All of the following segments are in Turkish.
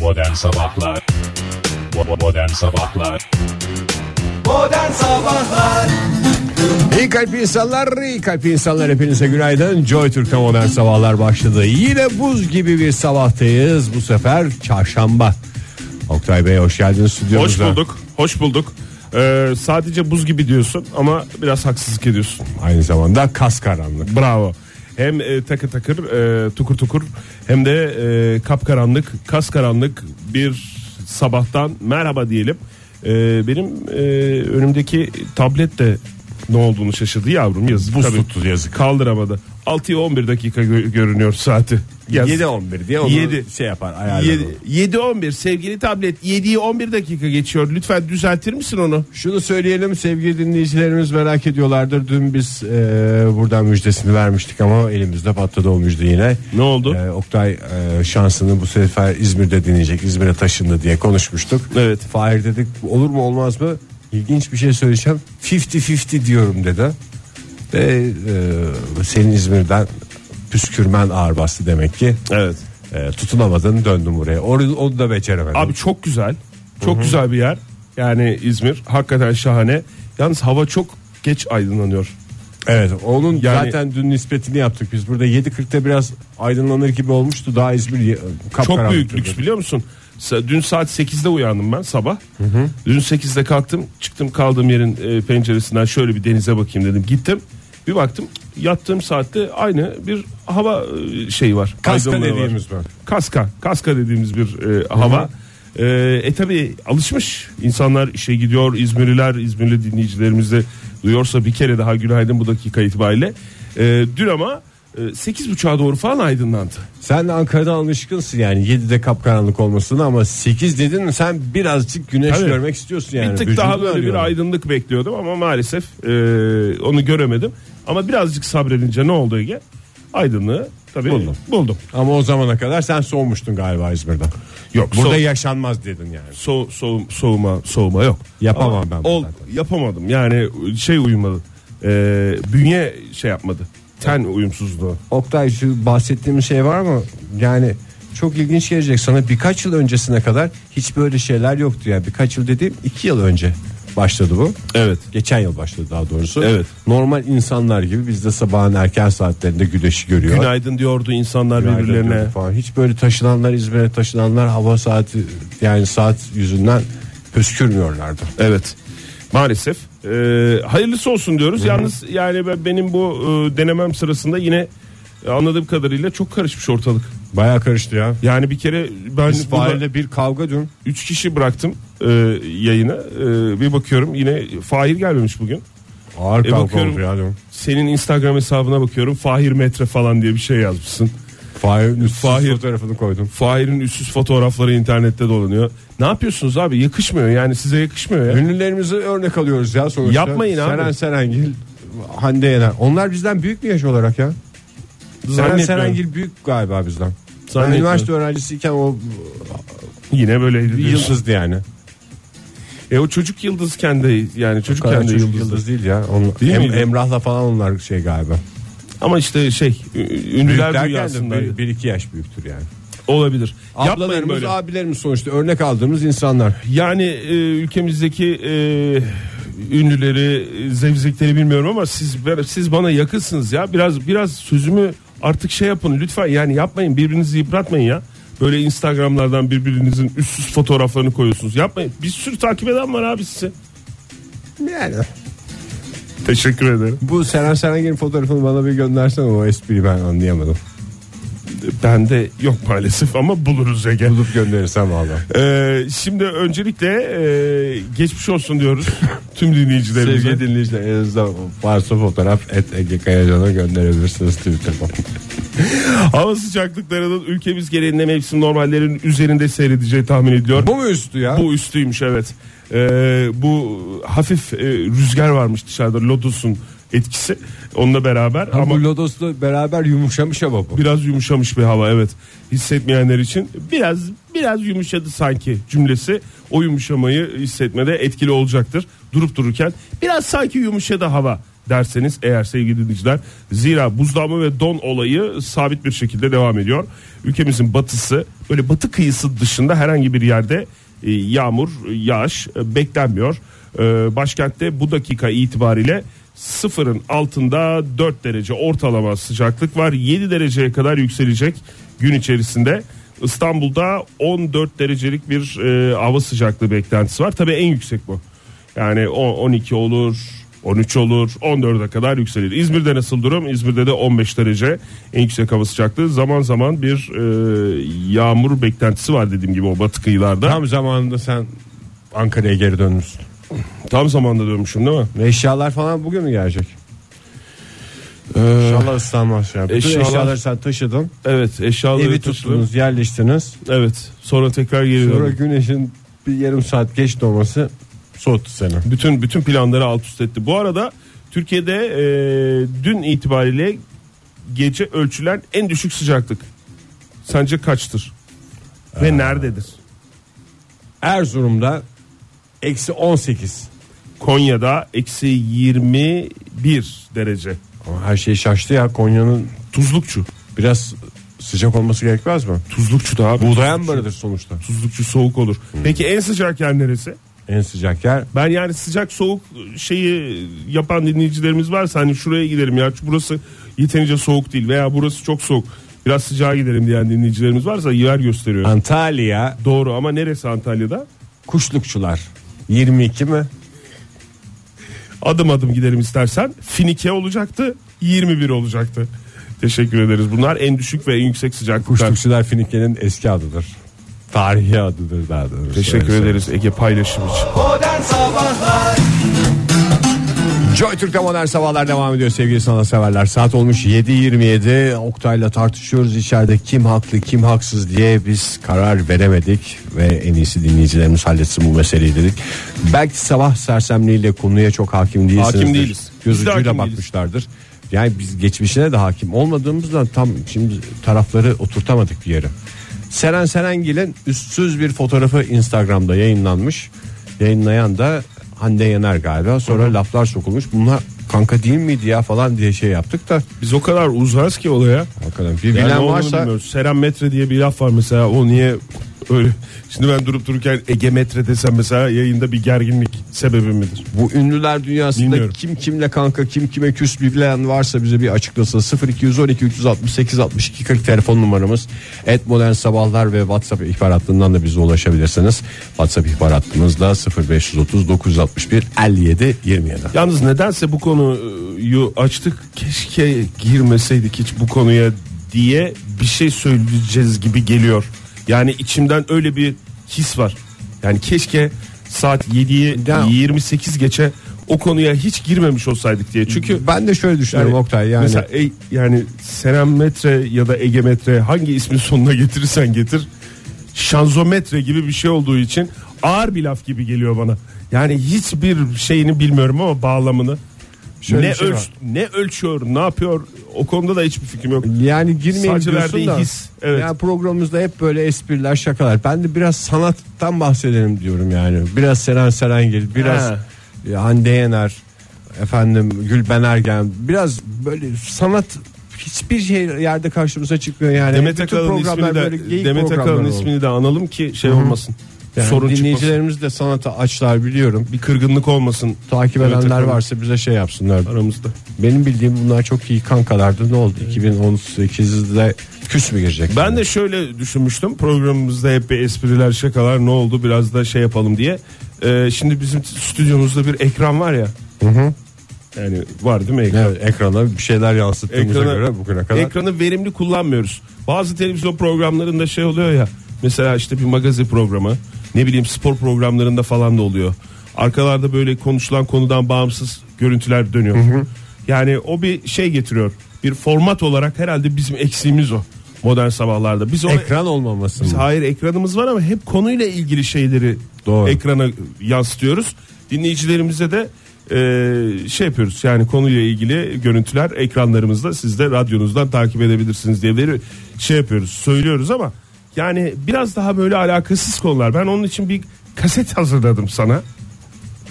Modern Sabahlar Bo- Modern Sabahlar Modern Sabahlar İyi kalp insanlar, iyi kalp insanlar hepinize günaydın. Joy Türk'te modern sabahlar başladı. Yine buz gibi bir sabahtayız. Bu sefer çarşamba. Oktay Bey hoş geldiniz Hoş stüdyomuza. bulduk. Hoş bulduk. Ee, sadece buz gibi diyorsun ama biraz haksızlık ediyorsun. Aynı zamanda kas karanlık. Bravo. Hem e, takır takır, e, tukur tukur hem de e, kapkaranlık, kas karanlık bir sabahtan merhaba diyelim. E, benim e, önümdeki tablet de ne olduğunu şaşırdı yavrum yazık. Buz tuttu yazık. Kaldıramadı. 6'ya 11 dakika gö- görünüyor saati. Yaz. 7-11 diye onu Yedi. şey yapar ayarlar. onu. 7-11 sevgili tablet 7'yi 11 dakika geçiyor. Lütfen düzeltir misin onu? Şunu söyleyelim sevgili dinleyicilerimiz merak ediyorlardır. Dün biz e, buradan müjdesini vermiştik ama elimizde patladı o müjde yine. Ne oldu? E, Oktay e, şansını bu sefer İzmir'de deneyecek. İzmir'e taşındı diye konuşmuştuk. Evet. Fahir dedik olur mu olmaz mı? İlginç bir şey söyleyeceğim. 50-50 diyorum dedi. Ve e, senin İzmir'den püskürmen ağır bastı demek ki. Evet. E, tutunamadın döndüm buraya. Onu, onu da beceremedin. Abi çok güzel. Çok güzel bir yer. Yani İzmir hakikaten şahane. Yalnız hava çok geç aydınlanıyor. Evet onun Yani- zaten dün nispetini yaptık biz burada 7.40'da biraz aydınlanır gibi olmuştu daha İzmir Çok kapkaranlık büyük lüks biliyor musun? Sa- Dün saat 8'de uyandım ben sabah. Dün 8'de kalktım, çıktım kaldığım yerin e, penceresinden şöyle bir denize bakayım dedim. Gittim. Bir baktım yattığım saatte aynı bir hava e, şeyi var. Kaska aydınlığı var. dediğimiz bu. Kaska, kaska dediğimiz bir e, hava. E, e tabi alışmış insanlar işe gidiyor İzmirliler İzmirli dinleyicilerimiz de duyuyorsa bir kere daha günaydın bu dakika itibariyle. E, dün ama e, 8.30'a doğru falan aydınlandı. Sen de Ankara'dan alışkınsın yani 7'de kapkaranlık olmasına ama 8 dedin mi sen birazcık güneş Tabii. görmek istiyorsun yani. bir tık Vücudun daha böyle arıyor. bir aydınlık bekliyordum ama maalesef e, onu göremedim. Ama birazcık sabredince ne oldu Ege? Aydınlığı tabii Buldum. buldum. Ama o zamana kadar sen soğumuştun galiba İzmir'den. Yok, Burada soğuk. yaşanmaz dedin yani. So, so, soğuma soğuma yok. Yapamam Ama ben bunu Ol, zaten. yapamadım yani şey uyumadı. E, bünye şey yapmadı. Ten uyumsuzluğu. Oktay şu bahsettiğim şey var mı? Yani çok ilginç gelecek sana birkaç yıl öncesine kadar hiç böyle şeyler yoktu yani birkaç yıl dediğim 2 yıl önce başladı bu. Evet. Geçen yıl başladı daha doğrusu. Evet. Normal insanlar gibi biz de sabahın erken saatlerinde güneşi görüyor. Günaydın diyordu insanlar Günaydın birbirlerine. diyordu Falan. Hiç böyle taşınanlar İzmir'e taşınanlar hava saati yani saat yüzünden püskürmüyorlardı. Evet. Maalesef. Ee, hayırlısı olsun diyoruz. Yalnız yani ben- benim bu e, denemem sırasında yine e, anladığım kadarıyla çok karışmış ortalık. Baya karıştı ya. Yani bir kere ben Biz burada Fahir'le bir kavga dün. 3 kişi bıraktım e, yayına. E, bir bakıyorum yine Fahir gelmemiş bugün. Ağır E, kavga bakıyorum. oldu ya dün. Senin Instagram hesabına bakıyorum. Fahir metre falan diye bir şey yazmışsın. Fahir'in üstsüz Fahir- fotoğrafını koydum. Fahir'in üstsüz fotoğrafları internette dolanıyor. Ne yapıyorsunuz abi? Yakışmıyor yani size yakışmıyor ya. Ünlülerimizi örnek alıyoruz ya sonuçta. Yapmayın abi. Seren Serengil, Hande Yener. Onlar bizden büyük mü yaş olarak ya? Seren Zannetmiyorum. Serengil büyük galiba bizden. Ben Zannetmiyorum. üniversite öğrencisiyken o Yine böyle şey. yıldızdı yani. E o çocuk yıldız kendi yani çocuk Kendi kendi çocuk yıldızdı. yıldız, değil ya. Onun, Değil Em- miydi? Emrah'la falan onlar şey galiba. Ama işte şey ü- Büyük ünlüler derken de dünyasında bir, bir iki yaş büyüktür yani. olabilir. Yapmayın Ablalarımız, böyle. abilerimiz sonuçta örnek aldığımız insanlar. Yani e, ülkemizdeki e, ünlüleri, e, zevzekleri bilmiyorum ama siz siz bana yakınsınız ya. Biraz biraz sözümü artık şey yapın lütfen yani yapmayın birbirinizi yıpratmayın ya. Böyle Instagram'lardan birbirinizin üstsüz fotoğraflarını koyuyorsunuz. Yapmayın. Bir sürü takip eden var abi size. Yani. Teşekkür ederim. Bu Seren Serengil'in fotoğrafını bana bir göndersen o espriyi ben anlayamadım. Ben de yok maalesef ama buluruz Ege. Bulup gönderirsem valla. Ee, şimdi öncelikle e, geçmiş olsun diyoruz tüm dinleyicilerimize. Sevgili dinleyiciler elinizde varsa fotoğraf et Ege Kayacan'a gönderebilirsiniz Twitter'dan. Hava sıcaklıklarının ülkemiz genelinde mevsim normallerin üzerinde seyredeceği tahmin ediliyor. Bu mu üstü ya? Bu üstüymüş evet. Ee, bu hafif e, rüzgar varmış dışarıda lodusun etkisi onunla beraber Ha, ama bu Lodos'la beraber yumuşamış ama bu. biraz yumuşamış bir hava evet. Hissetmeyenler için biraz biraz yumuşadı sanki cümlesi o yumuşamayı hissetmede etkili olacaktır. Durup dururken biraz sanki yumuşadı hava derseniz eğer sevgili dinleyiciler. Zira buzlanma ve don olayı sabit bir şekilde devam ediyor. Ülkemizin batısı böyle batı kıyısı dışında herhangi bir yerde e, yağmur, yağış e, beklenmiyor. E, Başkentte bu dakika itibariyle sıfırın altında 4 derece ortalama sıcaklık var. 7 dereceye kadar yükselecek gün içerisinde. İstanbul'da 14 derecelik bir e, hava sıcaklığı beklentisi var. Tabii en yüksek bu. Yani o- 12 olur, 13 olur, 14'e kadar yükselir. İzmir'de nasıl durum? İzmir'de de 15 derece en yüksek hava sıcaklığı. Zaman zaman bir e, yağmur beklentisi var dediğim gibi o batı kıyılarda. Tam zamanında sen Ankara'ya geri dönmüşsün. Tam zamanda dönmüşüm değil mi? Ve eşyalar falan bugün mü gelecek? Ee, İnşallah ıslanmaz ya. Bütün eşyalar- eşyaları sen taşıdın. Evet eşyaları Evi tuttum. tuttunuz, yerleştiniz. Evet sonra tekrar geri Sonra döndüm. güneşin bir yarım saat geç doğması soğuttu seni. Bütün bütün planları alt üst etti. Bu arada Türkiye'de e, dün itibariyle gece ölçülen en düşük sıcaklık. Sence kaçtır? Ve nerededir? Erzurum'da eksi 18. Konya'da eksi 21 derece. Ama her şey şaştı ya Konya'nın Tuzlukçu. biraz sıcak olması gerekmez mi? Tuzlukçu da abi. Buğdayan Tuzlukçu. mıdır sonuçta? Tuzlukçu soğuk olur. Peki en sıcak yer neresi? En sıcak yer Ben yani sıcak soğuk şeyi yapan dinleyicilerimiz varsa hani şuraya gidelim ya şu burası yeterince soğuk değil veya burası çok soğuk biraz sıcağa gidelim diyen dinleyicilerimiz varsa yer gösteriyor. Antalya Doğru ama neresi Antalya'da? Kuşlukçular. 22 mi? Adım adım gidelim istersen. Finike olacaktı 21 olacaktı. Teşekkür ederiz. Bunlar en düşük ve en yüksek sıcaklıklar. Kuşlukçular Finike'nin eski adıdır. Tarihi adıdır daha doğrusu. Teşekkür Öyle ederiz Ege paylaşım için. Modern Sabahlar Joy Türk'te modern sabahlar devam ediyor sevgili sana severler. Saat olmuş 7.27. Oktay'la tartışıyoruz içeride kim haklı kim haksız diye biz karar veremedik. Ve en iyisi dinleyicilerimiz halletsin bu meseleyi dedik. Belki sabah sersemliğiyle konuya çok hakim değilsinizdir. Hakim değiliz. Göz Biz de ucuyla hakim değiliz. bakmışlardır. Yani biz geçmişine de hakim olmadığımızdan tam şimdi tarafları oturtamadık bir yere. Seren Serengil'in üstsüz bir fotoğrafı Instagram'da yayınlanmış. Yayınlayan da Hande Yener galiba. Sonra laflar sokulmuş. Bunlar kanka değil miydi ya falan diye şey yaptık da. Biz o kadar uzağız ki olaya. Hakikaten bir Yani bilen onu varsa bilmiyoruz. Seren metre diye bir laf var mesela. O niye öyle? Şimdi ben durup dururken Ege metre desem mesela yayında bir gerginlik sebebi midir? bu ünlüler dünyasında Bilmiyorum. kim kimle kanka kim kime küs bilen varsa bize bir açıklasa 0212 368 62 40 telefon numaramız et modern sabahlar ve whatsapp ihbar hattından da bize ulaşabilirsiniz whatsapp ihbar hattımız da 0530 961 57 27 Yalnız nedense bu konuyu açtık. Keşke girmeseydik hiç bu konuya diye bir şey söyleyeceğiz gibi geliyor. Yani içimden öyle bir his var. Yani keşke saat 7'yi Ya- 28 geçe o konuya hiç girmemiş olsaydık diye. Çünkü ben de şöyle düşünüyorum Oktay yani Mesela e- yani Serenmetre ya da Egemetre hangi ismin sonuna getirirsen getir. Şanzometre gibi bir şey olduğu için ağır bir laf gibi geliyor bana. Yani hiçbir şeyini bilmiyorum ama bağlamını. Şöyle ne bir şey ölç- var. ne ölçüyor, ne yapıyor o konuda da hiçbir fikrim yok. Yani girmeyin Sadece diyorsun verdiği da. his, evet. Yani programımızda hep böyle espriler şakalar. Ben de biraz sanattan bahsedelim diyorum yani. Biraz Seren Serengil, biraz Ha. e, Hande Yener, efendim Gülben Ergen. Biraz böyle sanat hiçbir şey yerde karşımıza çıkmıyor yani. Demet Bütün Akalın programlar ismini böyle geyik de Demet programlar Akalın oldu. ismini de analım ki şey olmasın. Yani sorun çıkmasın. dinleyicilerimiz de sanata açlar biliyorum. Bir kırgınlık olmasın Takip Demet edenler Akalın varsa bize şey yapsınlar. aramızda. Benim bildiğim bunlar çok iyi kankalardı. Ne oldu? 2018'de küs mü girecek? Ben de şöyle düşünmüştüm programımızda hep bir espriler şakalar ne oldu biraz da şey yapalım diye. Ee, şimdi bizim stüdyomuzda bir ekran var ya. Yani var değil mi ekran? Evet, ekrana bir şeyler yansıttığımıza göre bugüne kadar. ekranı verimli kullanmıyoruz. Bazı televizyon programlarında şey oluyor ya. Mesela işte bir magazin programı, ne bileyim spor programlarında falan da oluyor. Arkalarda böyle konuşulan konudan bağımsız görüntüler dönüyor. Yani o bir şey getiriyor. Bir format olarak herhalde bizim eksiğimiz o. Modern sabahlarda. Biz onu ekran olmaması biz mı? hayır ekranımız var ama hep konuyla ilgili şeyleri Doğru. ekrana yansıtıyoruz. Dinleyicilerimize de e, şey yapıyoruz yani konuyla ilgili görüntüler ekranlarımızda siz de radyonuzdan takip edebilirsiniz diye bir şey yapıyoruz söylüyoruz ama yani biraz daha böyle alakasız konular ben onun için bir kaset hazırladım sana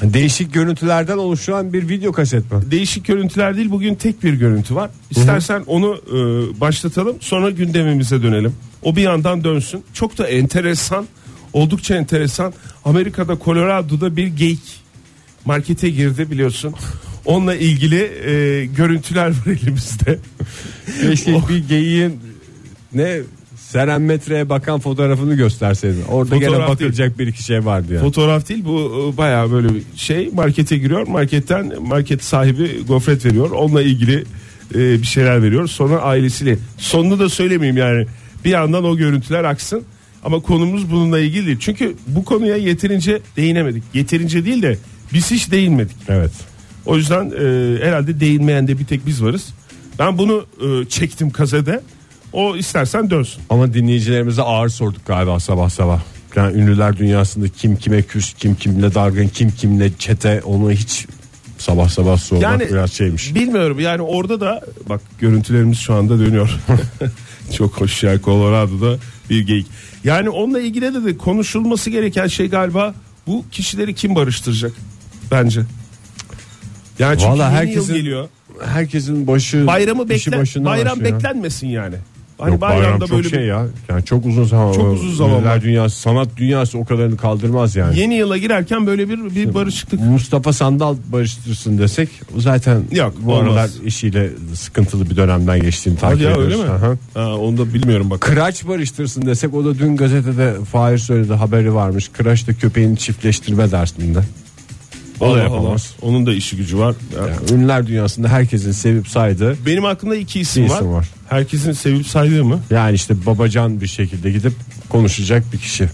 Değişik görüntülerden oluşan bir video kaset mi? Değişik görüntüler değil bugün tek bir görüntü var. İstersen onu e, başlatalım sonra gündemimize dönelim. O bir yandan dönsün. Çok da enteresan oldukça enteresan. Amerika'da Colorado'da bir geyik markete girdi biliyorsun. Onunla ilgili e, görüntüler var elimizde. Keşke Oh. bir geyiğin ne Seren Metre'ye bakan fotoğrafını gösterseydin. Orada Fotoğraf gene bakılacak bir iki şey vardı yani. Fotoğraf değil bu e, bayağı böyle bir şey markete giriyor marketten market sahibi gofret veriyor onunla ilgili e, bir şeyler veriyor sonra ailesiyle sonunu da söylemeyeyim yani bir yandan o görüntüler aksın ama konumuz bununla ilgili değil. çünkü bu konuya yeterince değinemedik yeterince değil de biz hiç değinmedik evet. o yüzden e, herhalde değinmeyen de bir tek biz varız ben bunu e, çektim kasede o istersen dönsün Ama dinleyicilerimize ağır sorduk galiba sabah sabah. Yani ünlüler dünyasında kim kime küs, kim kimle dargın, kim kimle çete onu hiç sabah sabah sormak biraz şeymiş. Bilmiyorum yani orada da bak görüntülerimiz şu anda dönüyor. Çok hoş ya Colorado'da bir geyik. Yani onunla ilgili de, de konuşulması gereken şey galiba bu kişileri kim barıştıracak bence. Yani çünkü Valla yeni herkesin yıl geliyor. Herkesin başı Bayramı işi beklen, başında bayram başlıyor. beklenmesin yani. Hani Yok, bayram çok bir- şey ya. Yani çok uzun zaman. Çok uzun zaman Ünlüler var. dünyası, sanat dünyası o kadarını kaldırmaz yani. yeni yıla girerken böyle bir Şey, bir barışıklık. Mustafa Sandal barıştırsın desek o zaten Yok, bu olmaz. aralar işiyle sıkıntılı bir dönemden geçtiğini takip Hadi ya ediyoruz. öyle mi? Aha. Ha, onu da bilmiyorum bak. Kıraç barıştırsın desek o da dün gazetede Fahir söyledi haberi varmış. Kıraç da köpeğini çiftleştirme dersinde. O da Allah yapamaz. Allah. Onun da işi gücü var. Ya. Yani ünlüler dünyasında herkesin sevip saydığı Benim aklımda iki isim, İki isim var. var. Herkesin sevip saydığı mı? yani işte babacan bir şekilde gidip konuşacak bir kişi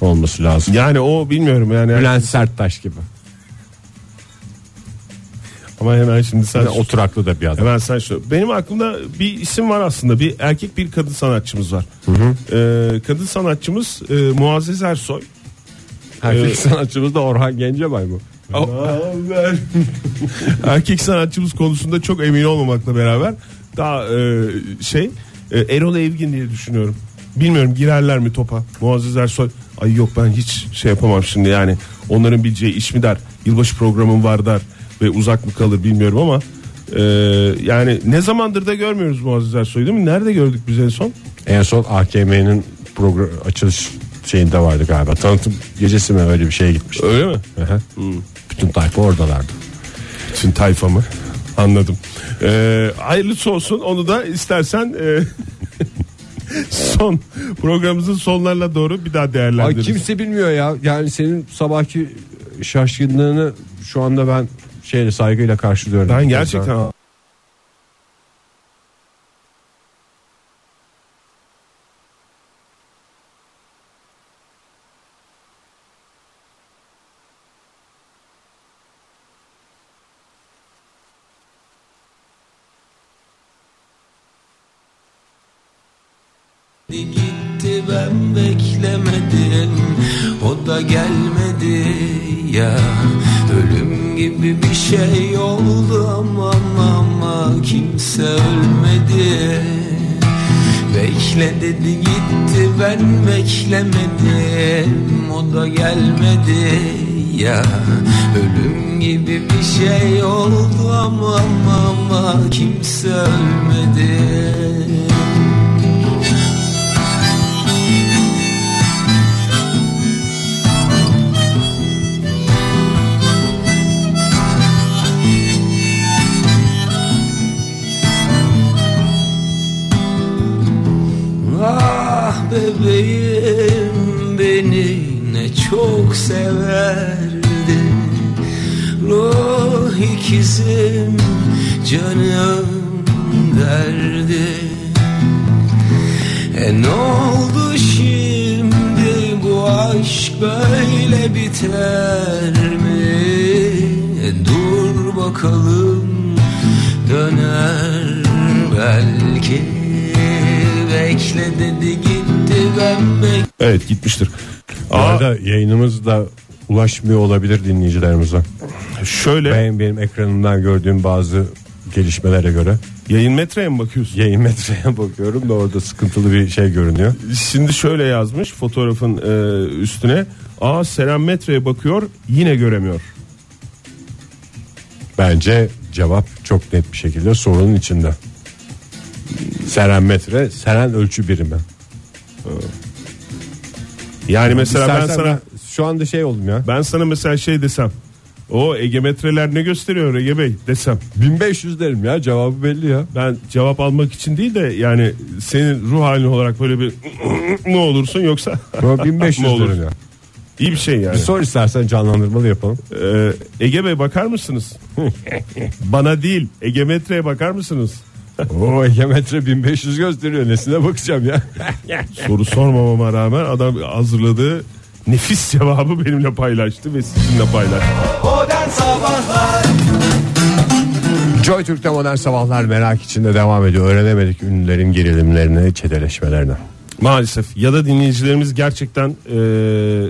olması lazım. Yani o bilmiyorum yani. Bülent Serttaş gibi. Ama hemen şimdi sen Yani oturaklı da bir adam. hemen sen şu. Benim aklımda bir isim var aslında. Bir erkek bir kadın sanatçımız var. Ee, kadın sanatçımız e, Muazzez Ersoy. Erkek Ee, sanatçımız da Orhan Gencebay mı? erkek sanatçımız konusunda çok emin olmamakla beraber daha e, şey e, Erol Evgin diye düşünüyorum. Bilmiyorum girerler mi topa. Muazzez Ersoy ay yok ben hiç şey yapamam şimdi yani onların bileceği iş mi der. Yılbaşı programım var der ve uzak mı kalır bilmiyorum ama e, yani ne zamandır da görmüyoruz Muazzez Ersoy'u değil mi? Nerede gördük biz en son? En son AKM'nin program açılış şeyinde vardı galiba. Tanıtım gecesi mi öyle bir şeye gitmişti. Öyle mi? Aha. Bütün tayfa oradalardı. Bütün tayfa mı? Anladım. Ee, hayırlısı olsun onu da istersen e, son programımızın sonlarına doğru bir daha Ay değerlendiririz. kimse bilmiyor ya. Yani senin sabahki şaşkınlığını şu anda ben şeyle saygıyla karşılıyorum. Ben gerçekten Gitti ben beklemedim O da gelmedi ya Ölüm gibi bir şey oldu ama ama Kimse ölmedi Bekle dedi gitti ben beklemedim O da gelmedi ya Ölüm gibi bir şey oldu ama ama, ama Kimse ölmedi Ah bebeğim beni ne çok severdin Ruh ikizim canım derdi E ne oldu şimdi bu aşk böyle biter mi? E dur bakalım döner belki Bekle dedi gitti ben bekledim evet gitmiştir. Bu arada yayınımız da ulaşmıyor olabilir dinleyicilerimize. Şöyle Ben benim ekranımdan gördüğüm bazı gelişmelere göre yayın metreye mi bakıyorsun? yayın metreye bakıyorum da orada sıkıntılı bir şey görünüyor. Şimdi şöyle yazmış fotoğrafın e, üstüne. Aa Seren metreye bakıyor yine göremiyor. Bence cevap çok net bir şekilde sorunun içinde. Seren metre, seren ölçü birimi. Yani mesela ben İstersen sana şu anda şey oldum ya. ben sana mesela şey desem. O Ege metreler ne gösteriyor Ege Bey desem. 1500 derim ya cevabı belli ya. Ben cevap almak için değil de yani senin ruh halin olarak böyle bir ne olursun yoksa Ama 1500 Ne olur. derim ya. iyi bir şey yani. Bir sor istersen canlandırmalı yapalım. Ee, Ege Bey bakar mısınız? Bana değil Ege metreye bakar mısınız? Oo Ege metre 1500 gösteriyor. Nesine bakacağım ya. Soru sormamama rağmen adam hazırladığı nefis cevabı benimle paylaştı ve sizinle paylaştı. Modern Sabahlar Joy Türk'te modern sabahlar merak içinde devam ediyor. Öğrenemedik ünlülerin gerilimlerini, çeteleşmelerini. Maalesef ya da dinleyicilerimiz gerçekten eee,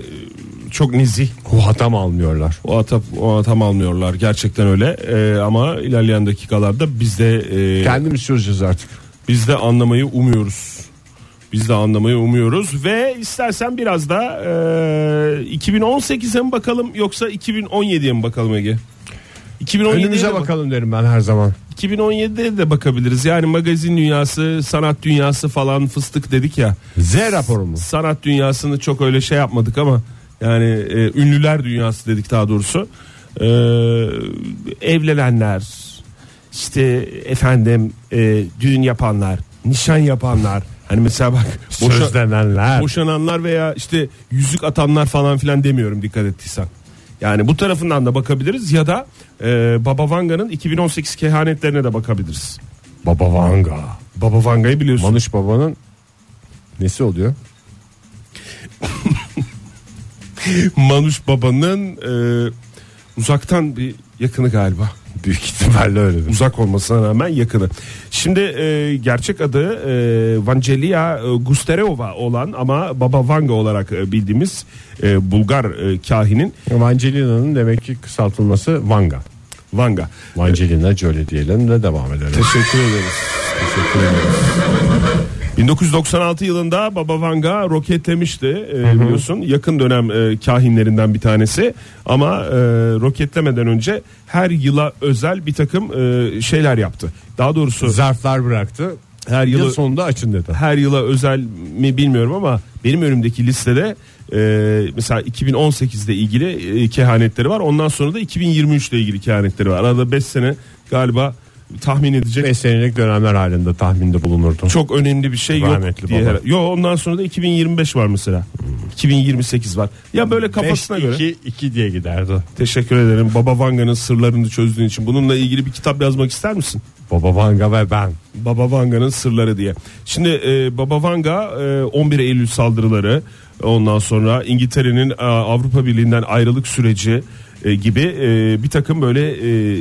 çok nezih. O hata mı almıyorlar? O atap o atam almıyorlar gerçekten öyle. Eee, ama ilerleyen dakikalarda biz de eee, Kendimiz çözeceğiz artık. biz de anlamayı umuyoruz. Biz de anlamayı umuyoruz ve istersen biraz da e, eee 2018'e mi bakalım yoksa 2017'ye mi bakalım Ege? 2017'ye Önümüze de bak- bakalım derim ben her zaman. 2017'de de bakabiliriz. Yani magazin dünyası, sanat dünyası falan fıstık dedik ya. Z raporu mu? sanat dünyasını çok öyle şey yapmadık ama yani e, ünlüler dünyası dedik daha doğrusu. Ee, evlenenler, işte efendim e, düğün yapanlar, nişan yapanlar. Hani mesela bak boşa- Sözlenenler. boşananlar veya işte yüzük atanlar falan filan demiyorum dikkat ettiysen. Yani bu tarafından da bakabiliriz ya da e, Baba Vanga'nın 2018 kehanetlerine de bakabiliriz. Baba Vanga. Baba Vanga'yı biliyorsun. Manuş Baba'nın nesi oluyor? Manuş Baba'nın e, uzaktan bir yakını galiba. Büyük ihtimalle öyledir. Uzak olmasına rağmen yakını. Şimdi e, gerçek adı e, Vangelia e, Gustereova olan ama Baba Vanga olarak e, bildiğimiz e, Bulgar e, kahinin Vangelina'nın demek ki kısaltılması Vanga. Vanga. Vangelina Jolie diyelim de devam edelim. Teşekkür ederiz. Teşekkür ederiz. 1996 yılında Baba Vanga roketlemişti e, biliyorsun. Yakın dönem e, kahinlerinden bir tanesi. Ama e, roketlemeden önce her yıla özel bir takım e, şeyler yaptı. Daha doğrusu Zarflar bıraktı. her Yıl yılı sonunda açın dedi. her yıla özel mi bilmiyorum ama benim önümdeki listede e, mesela 2018'de ilgili e, kehanetleri var. Ondan sonra da 2023'le ilgili kehanetleri var. Arada 5 sene galiba tahmin edecek 5 senelik dönemler halinde tahminde bulunurdu. çok önemli bir şey Rahmetli yok diye. baba. herhalde. Yo ondan sonra da 2025 var mesela. 2028 var. Ya böyle kafasına göre. 2 diye giderdi. Teşekkür ederim. Baba Vanga'nın sırlarını çözdüğün için. Bununla ilgili bir kitap yazmak ister misin? Baba Vanga ve ben. Baba Vanga'nın sırları diye. Şimdi e, Baba Vanga e, 11 Eylül saldırıları ondan sonra İngiltere'nin e, Avrupa Birliği'nden ayrılık süreci e, gibi e, bir takım böyle e,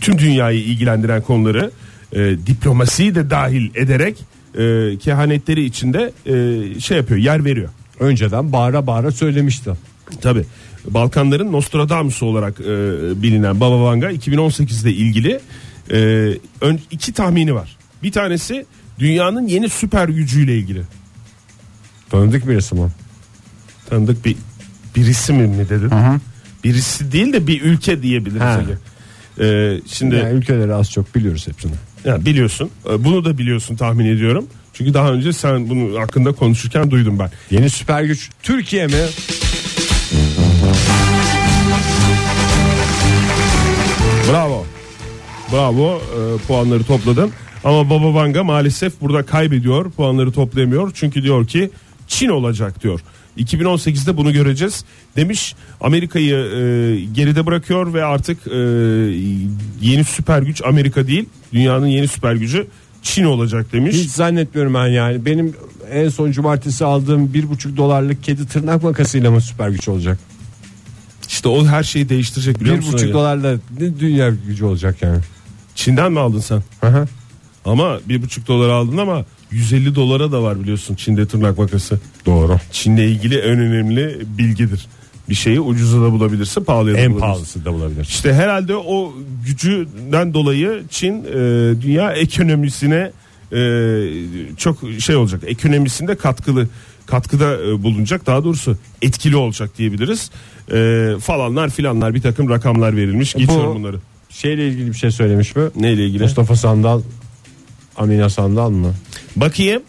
tüm dünyayı ilgilendiren konuları e, diplomasiyi de dahil ederek e, kehanetleri içinde e, şey yapıyor yer veriyor. Önceden bağıra bağıra söylemişti. Tabi Balkanların Nostradamus'u olarak e, bilinen Baba Vanga 2018'de ilgili e, ön- iki tahmini var. Bir tanesi dünyanın yeni süper gücüyle ilgili. Tanıdık birisi mi? Tanıdık bir birisi mi mi dedin? Birisi değil de bir ülke diyebiliriz. Ha. Ege. E, şimdi Yani ülkeleri az çok biliyoruz hepsini. ya biliyorsun. E, Bunu da biliyorsun tahmin ediyorum. Çünkü daha önce sen bunu hakkında konuşurken duydum ben. Yeni süper güç Türkiye mi? Bravo. Bravo e, puanları topladım. Ama Baba Vanga maalesef burada kaybediyor. Puanları toplayamıyor. Çünkü diyor ki Çin olacak diyor. 2018'de bunu göreceğiz demiş. Amerika'yı e, geride bırakıyor ve artık e, yeni süper güç Amerika değil. Dünyanın yeni süper gücü Çin olacak demiş. Hiç zannetmiyorum ben yani. Benim en son cumartesi aldığım bir buçuk dolarlık kedi tırnak makasıyla mı süper güç olacak? İşte o her şeyi değiştirecek biliyor Bir musun? buçuk Ege? dolarla ne dünya gücü olacak yani? Çin'den mi aldın sen? Aha. Ama bir buçuk dolar aldın ama 150 dolara da var biliyorsun Çin'de tırnak makası. Doğru. Çin'le ilgili en önemli bilgidir. Bir şeyi ucuza da bulabilirsin pahalıya da En bulabilirsin. pahalısı da olabilir. İşte herhalde o gücünden dolayı Çin e, dünya ekonomisine e, çok şey olacak. Ekonomisinde katkılı katkıda e, bulunacak daha doğrusu etkili olacak diyebiliriz. E, falanlar filanlar bir takım rakamlar verilmiş. Geçiyorum bunları. şeyle ilgili bir şey söylemiş mi? Neyle ilgili? Mustafa Sandal Amina Sandal mı? Bakayım.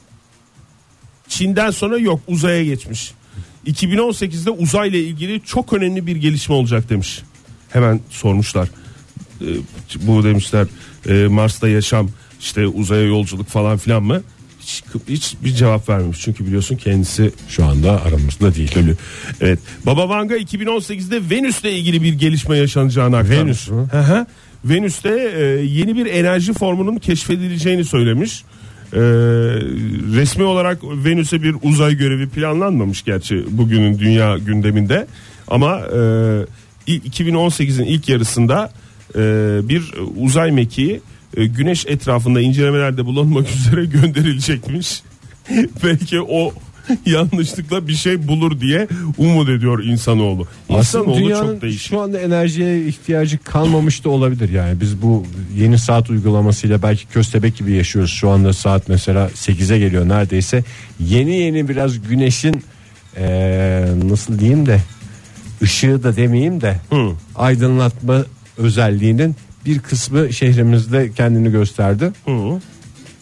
Çin'den sonra yok uzaya geçmiş. 2018'de uzayla ilgili çok önemli bir gelişme olacak demiş. Hemen sormuşlar. Ee, Bu demişler e, Mars'ta yaşam işte uzaya yolculuk falan filan mı? Hiç, hiç bir cevap vermemiş çünkü biliyorsun kendisi Şu anda aramızda değil. ölü. Evet. Baba Vanga 2018'de Venüs'le ilgili bir gelişme yaşanacağını aktarmış. Venüs mü? Hı hı. Venüs'te e, yeni bir enerji formunun keşfedileceğini söylemiş. E, resmi olarak Venüs'e bir uzay görevi planlanmamış gerçi bugünün dünya gündeminde. Ama e, il- 2018'in ilk yarısında e, bir uzay mekiği e, güneş etrafında incelemelerde bulunmak üzere gönderilecekmiş. Belki o yanlışlıkla bir şey bulur diye umut ediyor insanoğlu. Aslında İnsanoğlu dünyanın çok değişik. şu anda enerjiye ihtiyacı kalmamış da olabilir yani. Biz bu yeni saat uygulamasıyla belki köstebek gibi yaşıyoruz. Şu anda saat mesela 8'e geliyor neredeyse. Yeni yeni biraz güneşin eee, nasıl diyeyim de ışığı da demeyeyim de Hı. aydınlatma özelliğinin bir kısmı şehrimizde kendini gösterdi. Hı.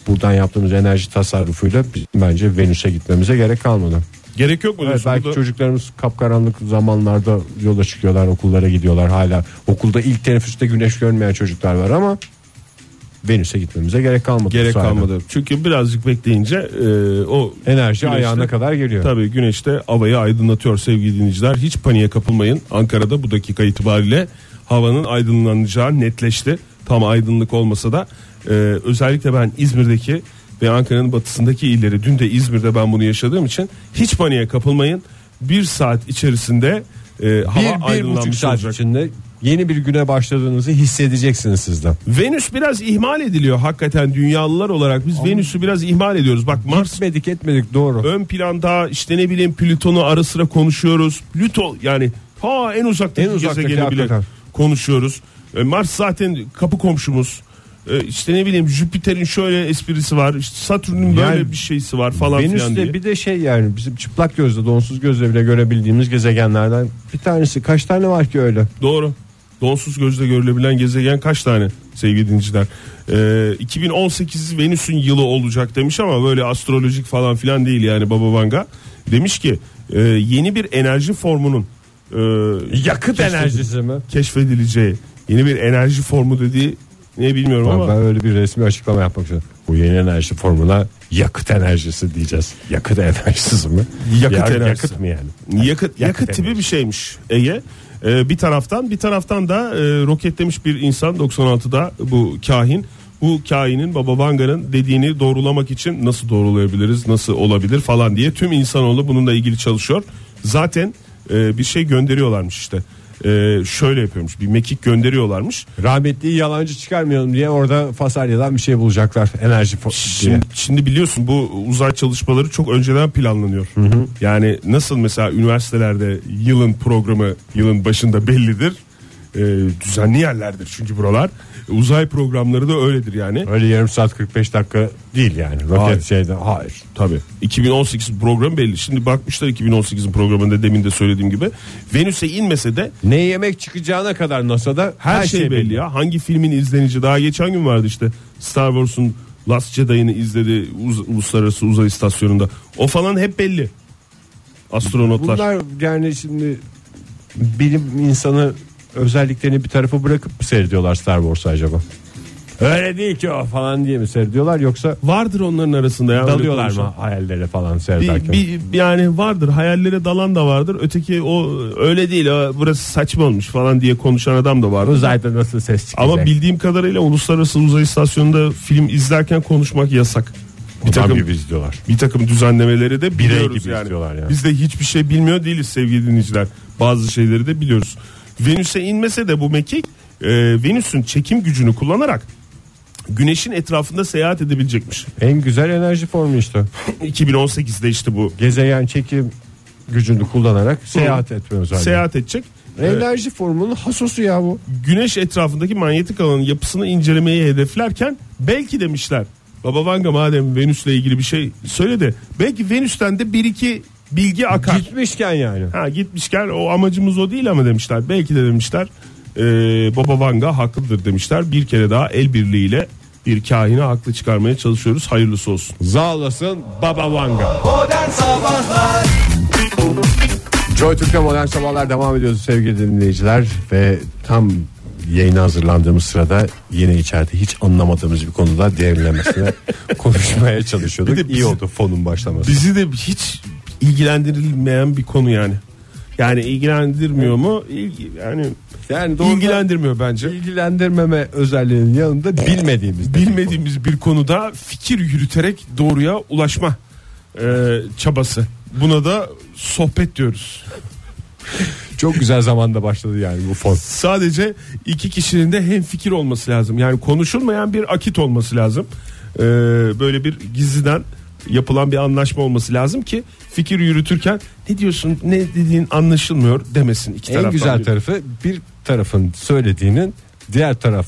Buradan yaptığımız enerji tasarrufuyla biz- bence Venüs'e gitmemize gerek kalmadı. Gerek yok mu Evet, diyorsun? belki Bu da- çocuklarımız kapkaranlık zamanlarda yola çıkıyorlar okullara gidiyorlar hala okulda ilk teneffüste güneş görmeyen çocuklar var ama Venüs'e gitmemize gerek kalmadı. bu Gerek sayede. kalmadı. Çünkü birazcık bekleyince e, o Enerji güneşte- ayağına kadar geliyor. Tabii güneşte havayı aydınlatıyor sevgili dinleyiciler. Hiç paniğe kapılmayın. Ankara'da bu dakika itibariyle havanın aydınlanacağı netleşti. Tam aydınlık olmasa da e, özellikle ben İzmir'deki ve Ankara'nın batısındaki illeri dün de İzmir'de ben bunu yaşadığım için hiç paniğe kapılmayın. Bir saat içerisinde e, hava Bir, bir buçuk aydınlanmış saat olacak. içinde yeni bir güne başladığınızı hissedeceksiniz sizden. Venüs biraz ihmal ediliyor hakikaten dünyalılar olarak biz Venüs'ü biraz ihmal ediyoruz. Bak Mars Gitmedik etmedik doğru. ön planda işte ne bileyim Plüton'u ara sıra konuşuyoruz. Plüto yani ha en uzaktaki, En uzaktaki gezegeni bile hakikaten. konuşuyoruz. E, Mars zaten kapı komşumuz. E, işte ne bileyim Jüpiter'in şöyle esprisi var. işte Satürn'ün Yani böyle bir şeysi var falan filan diye. Venüs'te bir de şey yani bizim çıplak gözle donsuz gözle bile görebildiğimiz gezegenlerden bir tanesi kaç tane var ki öyle? Doğru. Donsuz gözle görülebilen gezegen kaç tane sevgili dinleyiciler? Ee, 2018 Venüs'ün yılı olacak demiş ama böyle astrolojik falan filan değil yani Baba Vanga. Demiş ki e, yeni bir enerji formunun e, Yakıt keşfedil- enerjisi mi? keşfedileceği yeni bir enerji formu dediği ne bilmiyorum Ben- ama Ben öyle bir resmi açıklama yapmak istiyorum. Bu yeni enerji formuna yakıt enerjisi diyeceğiz. Yakıt enerjisi mi? Yakıt Yani enerjisi. Yakıt mı yani? Yakıt, yakıt tipi bir şeymiş Ege. Ee, bir taraftan bir taraftan da e, roketlemiş bir insan 96'da bu kahin. Bu kahinin Baba Vanga'nın dediğini doğrulamak için nasıl doğrulayabiliriz, nasıl olabilir falan diye tüm insanoğlu bununla ilgili çalışıyor. Zaten e, bir şey gönderiyorlarmış işte. E, şöyle yapıyormuş bir mekik gönderiyorlarmış. Rahmetliyi yalancı çıkarmayalım diye orada Fasalya'dan bir şey bulacaklar. Enerji fo- diye. Şimdi, şimdi biliyorsun bu uzay çalışmaları çok önceden planlanıyor. Yani nasıl mesela üniversitelerde yılın programı yılın başında bellidir. Ee, düzenli yerlerdir çünkü buralar. Uzay programları da öyledir yani. Öyle yarım saat 45 dakika değil yani. Roket Hayır. şeyden. Hayır. Tabii. 2018 programı belli. Şimdi bakmışlar 2018'in programında demin de söylediğim gibi. Venüs'e inmese de Ne yemek çıkacağına kadar NASA'da her, şey, belli ya. Hangi filmin izlenici daha geçen gün vardı işte Star Wars'un Last Jedi'ını izledi Uz- uluslararası uzay istasyonunda. O falan hep belli. Astronotlar. Bunlar yani şimdi bilim insanı özelliklerini bir tarafa bırakıp mı seyrediyorlar Star Wars'ı acaba? Öyle değil ki o falan diye mi seyrediyorlar yoksa Vardır onların arasında ya. öyle dalıyorlar mı konuşan. hayallere falan Bir, seyrederken? bir- yani vardır hayallere dalan da vardır öteki o öyle değil ha, burası saçma olmuş falan diye konuşan adam da vardır. Uzayda nasıl ses çıkacak? Ama bildiğim kadarıyla uluslararası uzay istasyonunda film izlerken konuşmak yasak. Bir takım izliyorlar. bir takım düzenlemeleri de biliyoruz gibi yani. istiyorlar yani. Biz de hiçbir şey bilmiyor değiliz sevgili dinleyiciler. Bazı şeyleri de biliyoruz. Venüs'e inmese de bu mekik e, Venüs'ün çekim gücünü kullanarak Güneş'in etrafında seyahat edebilecekmiş. En güzel enerji formu işte. 2018'de işte bu Gezegen çekim gücünü kullanarak seyahat etmemiz halinde. seyahat edecek. E, Enerji formunun hasosu ya bu. güneş etrafındaki manyetik alanın yapısını incelemeyi hedeflerken belki demişler. Baba Vanga madem Venüs'le ilgili bir şey söyledi. Belki Venüs'ten de bir iki bilgi akar. Gitmişken yani. Ha gitmişken o amacımız o değil ama demişler. Belki de demişler e, Baba Vanga haklıdır demişler. Bir kere daha el birliğiyle bir kahine haklı çıkarmaya çalışıyoruz. Hayırlısı olsun. Zağlasın Baba Vanga. Modern Sabahlar Joy Türk'te modern sabahlar devam ediyoruz sevgili dinleyiciler ve tam yayına hazırlandığımız sırada yine içeride hiç anlamadığımız bir konuda derinlemesine konuşmaya çalışıyorduk. Bir de İyi bizi- oldu fonun başlaması. Bizi de hiç ilgilendirilmeyen bir konu yani. Yani ilgilendirmiyor mu? İlgi, yani yani doğrudan ilgilendirmiyor bence. ilgilendirmeme özelliğinin yanında bilmediğimiz bilmediğimiz bir konuda fikir yürüterek doğruya ulaşma e, çabası. Buna da sohbet diyoruz. çok güzel zamanda başladı yani bu fon. Sadece iki kişinin de hem fikir olması lazım. Yani konuşulmayan bir akit olması lazım. E, böyle bir gizliden yapılan bir anlaşma olması lazım ki fikir yürütürken ne diyorsun ne dediğin anlaşılmıyor demesin iki En taraftan. güzel bir- tarafı bir tarafın söylediğinin diğer taraf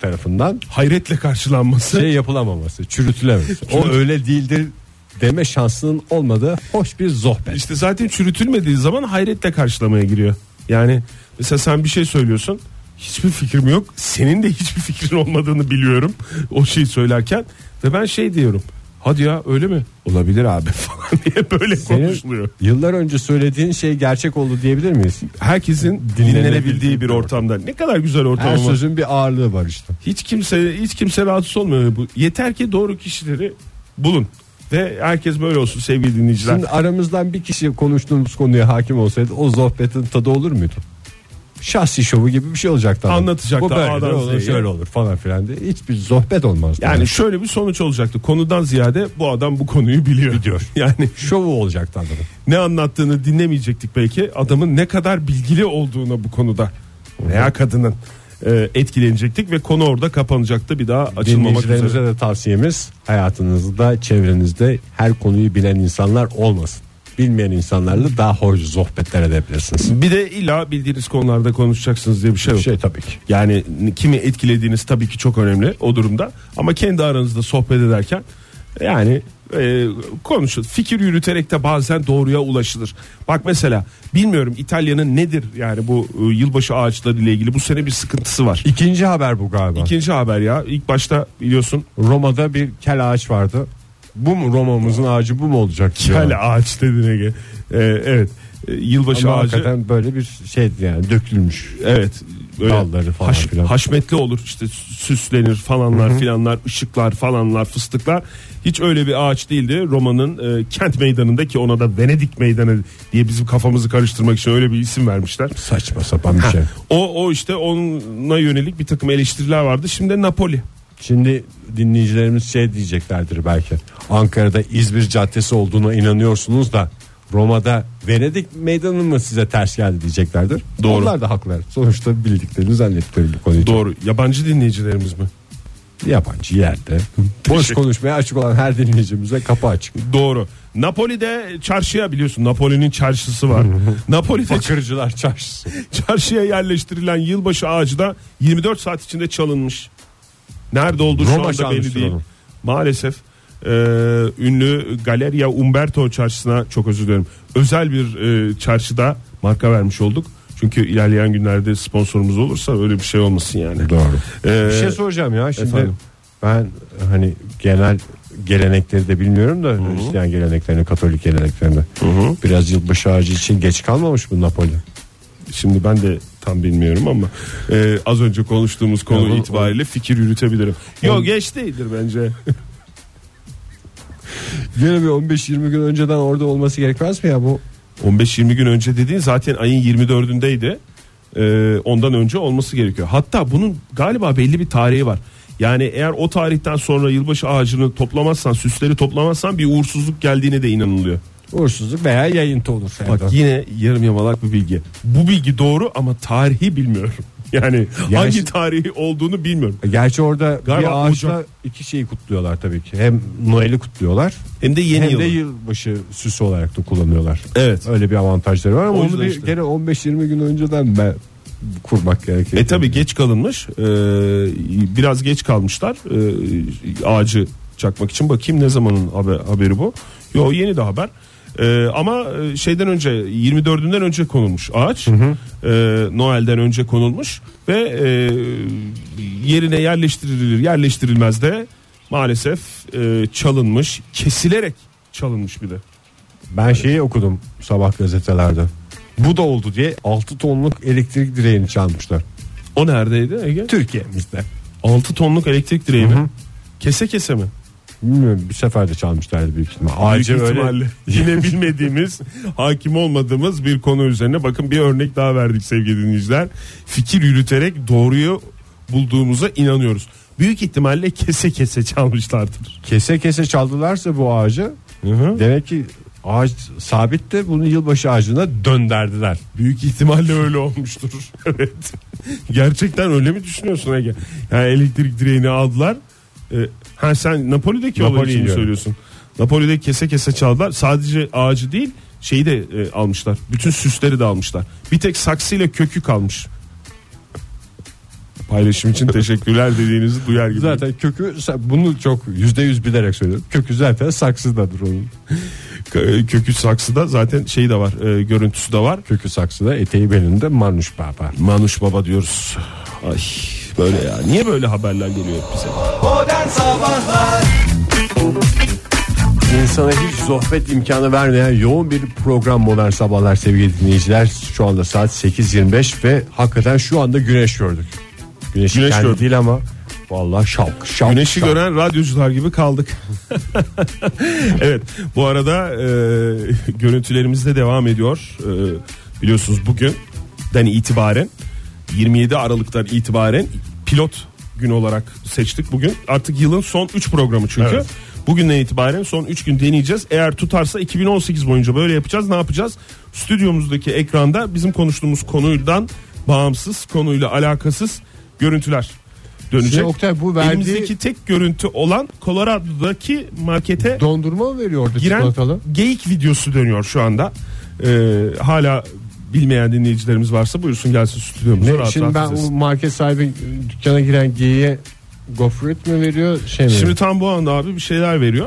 tarafından hayretle karşılanması. şey yapılamaması, çürütülememesi. o öyle değildir deme şansının olmadığı hoş bir zohbet. İşte zaten çürütülmediği zaman hayretle karşılamaya giriyor. Yani mesela sen bir şey söylüyorsun. Hiçbir fikrim yok. Senin de hiçbir fikrin olmadığını biliyorum. O şeyi söylerken ve ben şey diyorum. Hadi ya öyle mi? Olabilir abi falan diye böyle konuşuluyor. Senin yıllar önce söylediğin şey gerçek oldu diyebilir miyiz? Herkesin dinlenebildiği bir ortamda. Ne kadar güzel ortam Her şey ama. sözün bir ağırlığı var işte. Hiç kimse hiç kimse rahatsız olmuyor bu. Yeter ki doğru kişileri bulun. Ve herkes böyle olsun sevgili dinleyiciler. Şimdi aramızdan bir kişi konuştuğumuz konuya hakim olsaydı o sohbetin tadı olur muydu? Şahsi şovu gibi bir şey olacaktı. adam. Anlatacaktı Bu böyle A'dan Z'ye. olur, şöyle olur falan filan diye. Hiçbir sohbet olmazdı. Yani şöyle bir sonuç olacaktı. Konudan ziyade bu adam bu konuyu biliyor. Biliyor. Yani şovu olacaktı adamın. ne anlattığını dinlemeyecektik belki. Adamın ne kadar bilgili olduğuna bu konuda veya kadının e, etkilenecektik ve konu orada kapanacaktı. Bir daha açılmamak Dinleyicilerimize üzere. de tavsiyemiz hayatınızda çevrenizde her konuyu bilen insanlar olmasın. Bilmeyen insanlarla daha hoş sohbetler edebilirsiniz. Bir de illa bildiğiniz konularda konuşacaksınız diye bir şey yok. Şey tabii ki. Yani kimi etkilediğiniz tabii ki çok önemli o durumda. Ama kendi aranızda sohbet ederken yani e, konuşun. Fikir yürüterek de bazen doğruya ulaşılır. Bak mesela bilmiyorum İtalya'nın nedir yani bu e, yılbaşı ağaçları ile ilgili bu sene bir sıkıntısı var. İkinci haber bu galiba. İkinci haber ya ilk başta biliyorsun Roma'da bir kel ağaç vardı. Bu mu Roma'mızın ağacı bu mu olacak? kel Ya. ağaç dedin Ege. E, evet E, yılbaşı Ama ağacı. hakikaten böyle bir şey yani dökülmüş. Evet. Böyle Dalları falan filan. Haşmetli olur işte süslenir falanlar filanlar ışıklar falanlar fıstıklar. Hiç öyle bir ağaç değildi. Roma'nın e, kent meydanında ki ona da Venedik meydanı diye bizim kafamızı karıştırmak için öyle bir isim vermişler. Saçma sapan bir şey. O, o işte ona yönelik bir takım eleştiriler vardı. Şimdi de Napoli. Şimdi dinleyicilerimiz şey diyeceklerdir belki. Ankara'da İzmir Caddesi olduğuna inanıyorsunuz da Roma'da Venedik meydanı mı size ters geldi diyeceklerdir. Doğru. Onlar da haklar. Sonuçta bildiklerini zannettikleri bu konuyu. Doğru. Yabancı dinleyicilerimiz mi? Yabancı yerde. Boş konuşmaya açık olan her dinleyicimize kapı açık. Doğru. Napoli'de çarşıya biliyorsun Napoli'nin çarşısı var. Napoli'de Bakırcılar çarşısı. çarşıya yerleştirilen yılbaşı ağacı da 24 saat içinde çalınmış. Nerede olduğu Roma şu anda belli çalmıştır değil. onu. Maalesef e, ünlü Galeria Umberto çarşısına çok özür dilerim. Özel bir e, çarşıda marka vermiş olduk. Çünkü ilerleyen günlerde sponsorumuz olursa öyle bir şey olmasın yani. Doğru. E, Bir şey soracağım ya şimdi efendim? ben hani genel gelenekleri de bilmiyorum da Hristiyan geleneklerini Katolik geleneklerini biraz yılbaşı ağacı için geç kalmamış bu Napoli. Şimdi ben de tam bilmiyorum ama e, az önce konuştuğumuz konu Tamam, itibariyle fikir yürütebilirim. Yok geç değildir bence. Yine bir 15-20 gün önceden orada olması gerekmez mi ya bu? 15-20 gün önce dediğin zaten ayın 24'ündeydi. Ee, ondan önce olması gerekiyor. Hatta bunun galiba belli bir tarihi var. Yani eğer o tarihten sonra yılbaşı ağacını toplamazsan, süsleri toplamazsan bir uğursuzluk geldiğine de inanılıyor. Uğursuzluk veya yayıntı olur. Bak yine yarım yamalak bir bilgi. Bu bilgi doğru ama tarihi bilmiyorum. Yani, Yani hangi şimdi- tarihi olduğunu bilmiyorum. Gerçi orada Galiba bir ağaçla Ocak- iki şeyi kutluyorlar tabii ki. Hem Noel'i kutluyorlar Hem de yeni hem yıl. de yılbaşı süsü olarak da kullanıyorlar. Evet. Öyle bir avantajları var ama O onu yüzden bir işte. gene 15-20 gün önceden ben kurmak gerekiyor. E tabi geç kalınmış. Ee, biraz geç kalmışlar. e, Ee, ağacı çakmak için bakayım ne zamanın haber- haberi bu. Yo yeni de haber. Ee, ama e, şeyden önce 24'ünden önce konulmuş ağaç. Ee, Noel'den önce konulmuş ve e, yerine yerleştirilir yerleştirilmez de maalesef e, çalınmış, kesilerek çalınmış bir de. Ben şeyi okudum sabah gazetelerde. Bu da oldu diye 6 tonluk elektrik direğini çalmışlar. O neredeydi Ege? Türkiye'mizde. 6 tonluk elektrik direği mi? Kese kese mi? Bilmiyorum bir seferde çalmışlardı büyük ihtimal. Ağacı Büyük öyle ihtimalle. Yine bilmediğimiz, hakim olmadığımız bir konu üzerine bakın bir örnek daha verdik sevgili dinleyiciler. Fikir yürüterek doğruyu bulduğumuza inanıyoruz. Büyük ihtimalle kese kese çalmışlardır. kese kese çaldılarsa bu ağacı Hı-hı. demek ki ağaç sabit de bunu yılbaşı ağacına dönderdiler. Büyük ihtimalle öyle olmuştur. evet. Gerçekten öyle mi düşünüyorsun Ege? Yani elektrik direğini aldılar. Ee, ha sen Napoli'deki Napoli olayı için mi diyorum. söylüyorsun. Napoli'de kese kese çaldılar. Sadece ağacı değil şeyi de e, almışlar. Bütün süsleri de almışlar. Bir tek saksıyla kökü kalmış. Paylaşım için teşekkürler dediğinizi duyar gibi. Zaten kökü bunu çok yüzde yüz bilerek söylüyorum. Kökü zaten saksıdadır onun. K- kökü saksıda zaten şey de var. e, görüntüsü de var. Kökü saksıda eteği belinde manuş baba. Manuş Baba diyoruz. Ay böyle ya. Niye böyle haberler geliyor bize? Modern Sabahlar İnsana hiç sohbet imkanı vermeyen yoğun bir program modern sabahlar sevgili dinleyiciler. Şu anda saat 8.25 ve hakikaten şu anda güneş gördük. Güneş, Güneş kendi gördük. değil ama vallahi şalk şalk. Güneşi şalk. gören radyocular gibi kaldık. evet bu arada e, görüntülerimiz de devam ediyor. E, biliyorsunuz bugünden itibaren 27 Aralık'tan itibaren pilot gün olarak seçtik bugün. Artık yılın son 3 programı çünkü. Evet. Bugünden itibaren son 3 gün deneyeceğiz. Eğer tutarsa 2018 boyunca böyle yapacağız. Ne yapacağız? Stüdyomuzdaki ekranda bizim konuştuğumuz konudan bağımsız, konuyla alakasız görüntüler dönecek. Şimdi Şey, Oktay bu verdiği- Elimizdeki tek görüntü olan Colorado'daki markete Dondurma mı veriyor orada giren çikolatalı? geyik videosu dönüyor şu anda. Ee, hala bilmeyen dinleyicilerimiz varsa buyursun gelsin stüdyomuza Ne, rahat şimdi rahat ben izlesin. o market sahibi dükkana giren geyiğe gofret mi veriyor şey mi? Şimdi veriyor? tam bu anda abi bir şeyler veriyor.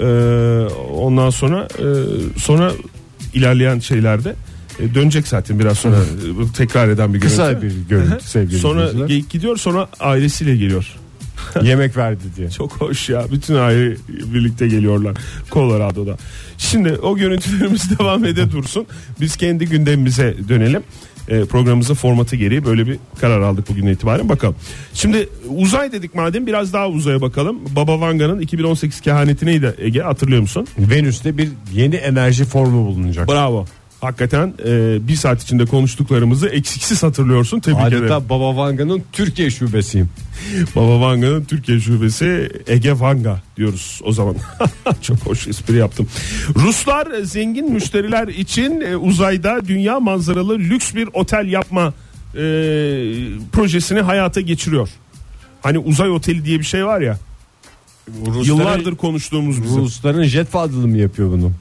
Ee, ondan sonra e, sonra ilerleyen şeylerde e, dönecek zaten biraz sonra e, tekrar eden bir görüntü. Kısa bir görüntü sevgili Sonra dinleyiciler. geyik gidiyor sonra ailesiyle geliyor. yemek verdi diye. Çok hoş ya. Bütün aile birlikte geliyorlar Colorado'da. Şimdi o görüntülerimiz devam ede dursun. Biz kendi gündemimize dönelim. E, programımızın formatı gereği böyle bir karar aldık bugün itibaren bakalım. Şimdi uzay dedik madem biraz daha uzaya bakalım. Baba Vanga'nın 2018 kehaneti neydi Ege hatırlıyor musun? Venüs'te bir yeni enerji formu bulunacak. Bravo. Hakikaten e, bir saat içinde konuştuklarımızı eksiksiz hatırlıyorsun. Tebrik ederim. Adeta Baba Vanga'nın Türkiye şubesiyim. Baba Vanga'nın Türkiye şubesi Ege Vanga diyoruz o zaman. Çok hoş espri yaptım. Ruslar e, zengin müşteriler için e, uzayda dünya manzaralı lüks bir otel yapma e, projesini hayata geçiriyor. Hani uzay oteli diye bir şey var ya. yıllardır konuştuğumuz bizim. Rusların jet fadlı mı yapıyor bunu?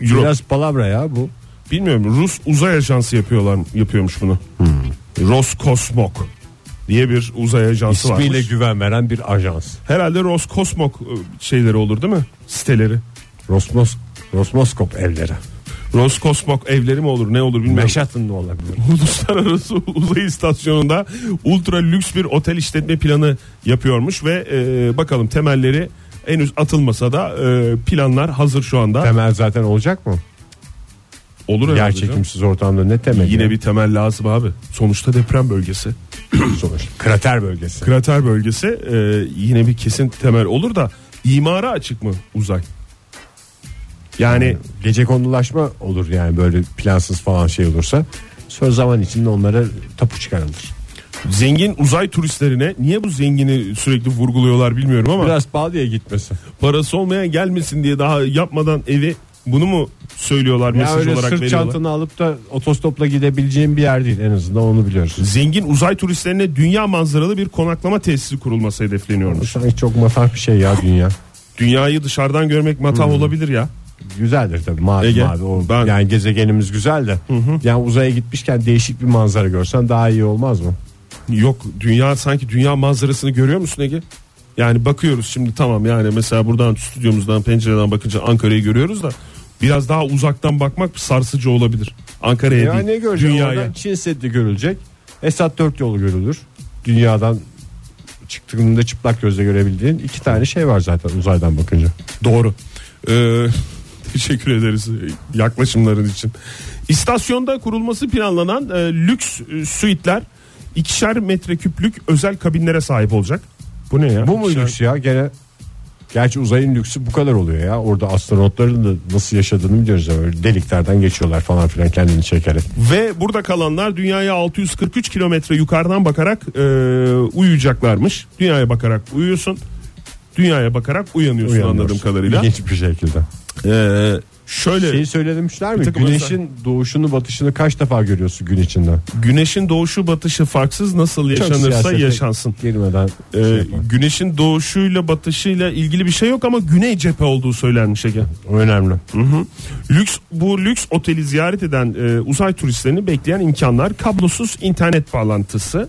Euro. Biraz palavra ya bu. Bilmiyorum Rus uzay ajansı yapıyorlar yapıyormuş bunu. Hmm. Roskosmok diye bir uzay ajansı var. İsmiyle güven veren bir ajans. Herhalde Roskosmok e, şeyleri olur değil mi? Siteleri. Rosmos, Rosmoskop evleri. Roskosmok evleri mi olur ne olur bilmiyorum. Manhattan da olabilir. Uluslararası uzay istasyonunda ultra lüks bir otel işletme planı yapıyormuş ve e, bakalım temelleri henüz atılmasa da e, planlar hazır şu anda. Temel zaten olacak mı? olur herhalde canım. Yerçekimsiz ortamda ne temel? Yine ya? bir temel lazım abi. Sonuçta deprem bölgesi, sonuç. Krater bölgesi. krater bölgesi e, yine bir kesin temel olur da imara açık mı uzay? Yani Gece konulaşma olur yani böyle plansız falan şey olursa. Söz zaman içinde onlara tapu çıkarılır. zengin uzay turistlerine niye bu zengini sürekli vurguluyorlar bilmiyorum ama Biraz pahalıya gitmesi. parası olmayan gelmesin diye daha yapmadan evi bunu mu söylüyorlar Ya mesaj öyle olarak sırt veriyorlar. çantanı alıp da otostopla gidebileceğin bir yer değil en azından onu biliyoruz. Zengin uzay turistlerine dünya manzaralı bir konaklama tesisi kurulması hedefleniyormuş. Sanki çok matah bir şey ya dünya. Dünyayı dışarıdan görmek matah Hmm. olabilir ya. Güzeldir tabii mavi Ege, mavi. O, ben- Yani gezegenimiz güzel de. Yani uzaya gitmişken değişik bir manzara görsen daha iyi olmaz mı? Yok dünya sanki dünya manzarasını görüyor musun Ege? Yani bakıyoruz şimdi tamam yani mesela buradan stüdyomuzdan pencereden bakınca Ankara'yı görüyoruz da Biraz daha uzaktan bakmak sarsıcı olabilir. Ankara'ya Ya ne değil, göreceğiz? dünyaya. Oradan Çin Seddi görülecek. Esat Dört Yolu görülür. Dünyadan çıktığında çıplak gözle görebildiğin iki tane şey var zaten uzaydan bakınca. Doğru. Ee, teşekkür ederiz e, yaklaşımların için. İstasyonda kurulması planlanan e, lüks e, suitler ikişer metreküplük özel kabinlere sahip olacak. Bu ne ya? Bu mu İkişer- lüks ya? Şey- Gene Gerçi uzayın lüksü bu kadar oluyor ya. Orada astronotların da nasıl yaşadığını biliyoruz ya. Böyle deliklerden geçiyorlar falan filan kendini çekerek. Ve burada kalanlar dünyaya 643 kilometre yukarıdan bakarak e, uyuyacaklarmış. Dünyaya bakarak uyuyorsun. Dünyaya bakarak uyanıyorsun anladığım kadarıyla. İlginç bir şekilde. Ee, şöyle Şeyi Şey söylemişler mi? Bir takım Güneşin doğuşunu batışını kaç defa görüyorsun gün içinde? güneşin doğuşu batışı farksız nasıl Çok yaşanırsa siyasete yaşansın. Girmeden Ee, şey yapmak. güneşin doğuşuyla batışıyla ilgili bir şey yok ama güney cephe olduğu söylenmiş Ege. önemli. Lüks bu lüks oteli ziyaret eden e, uzay turistlerini bekleyen imkanlar kablosuz internet bağlantısı,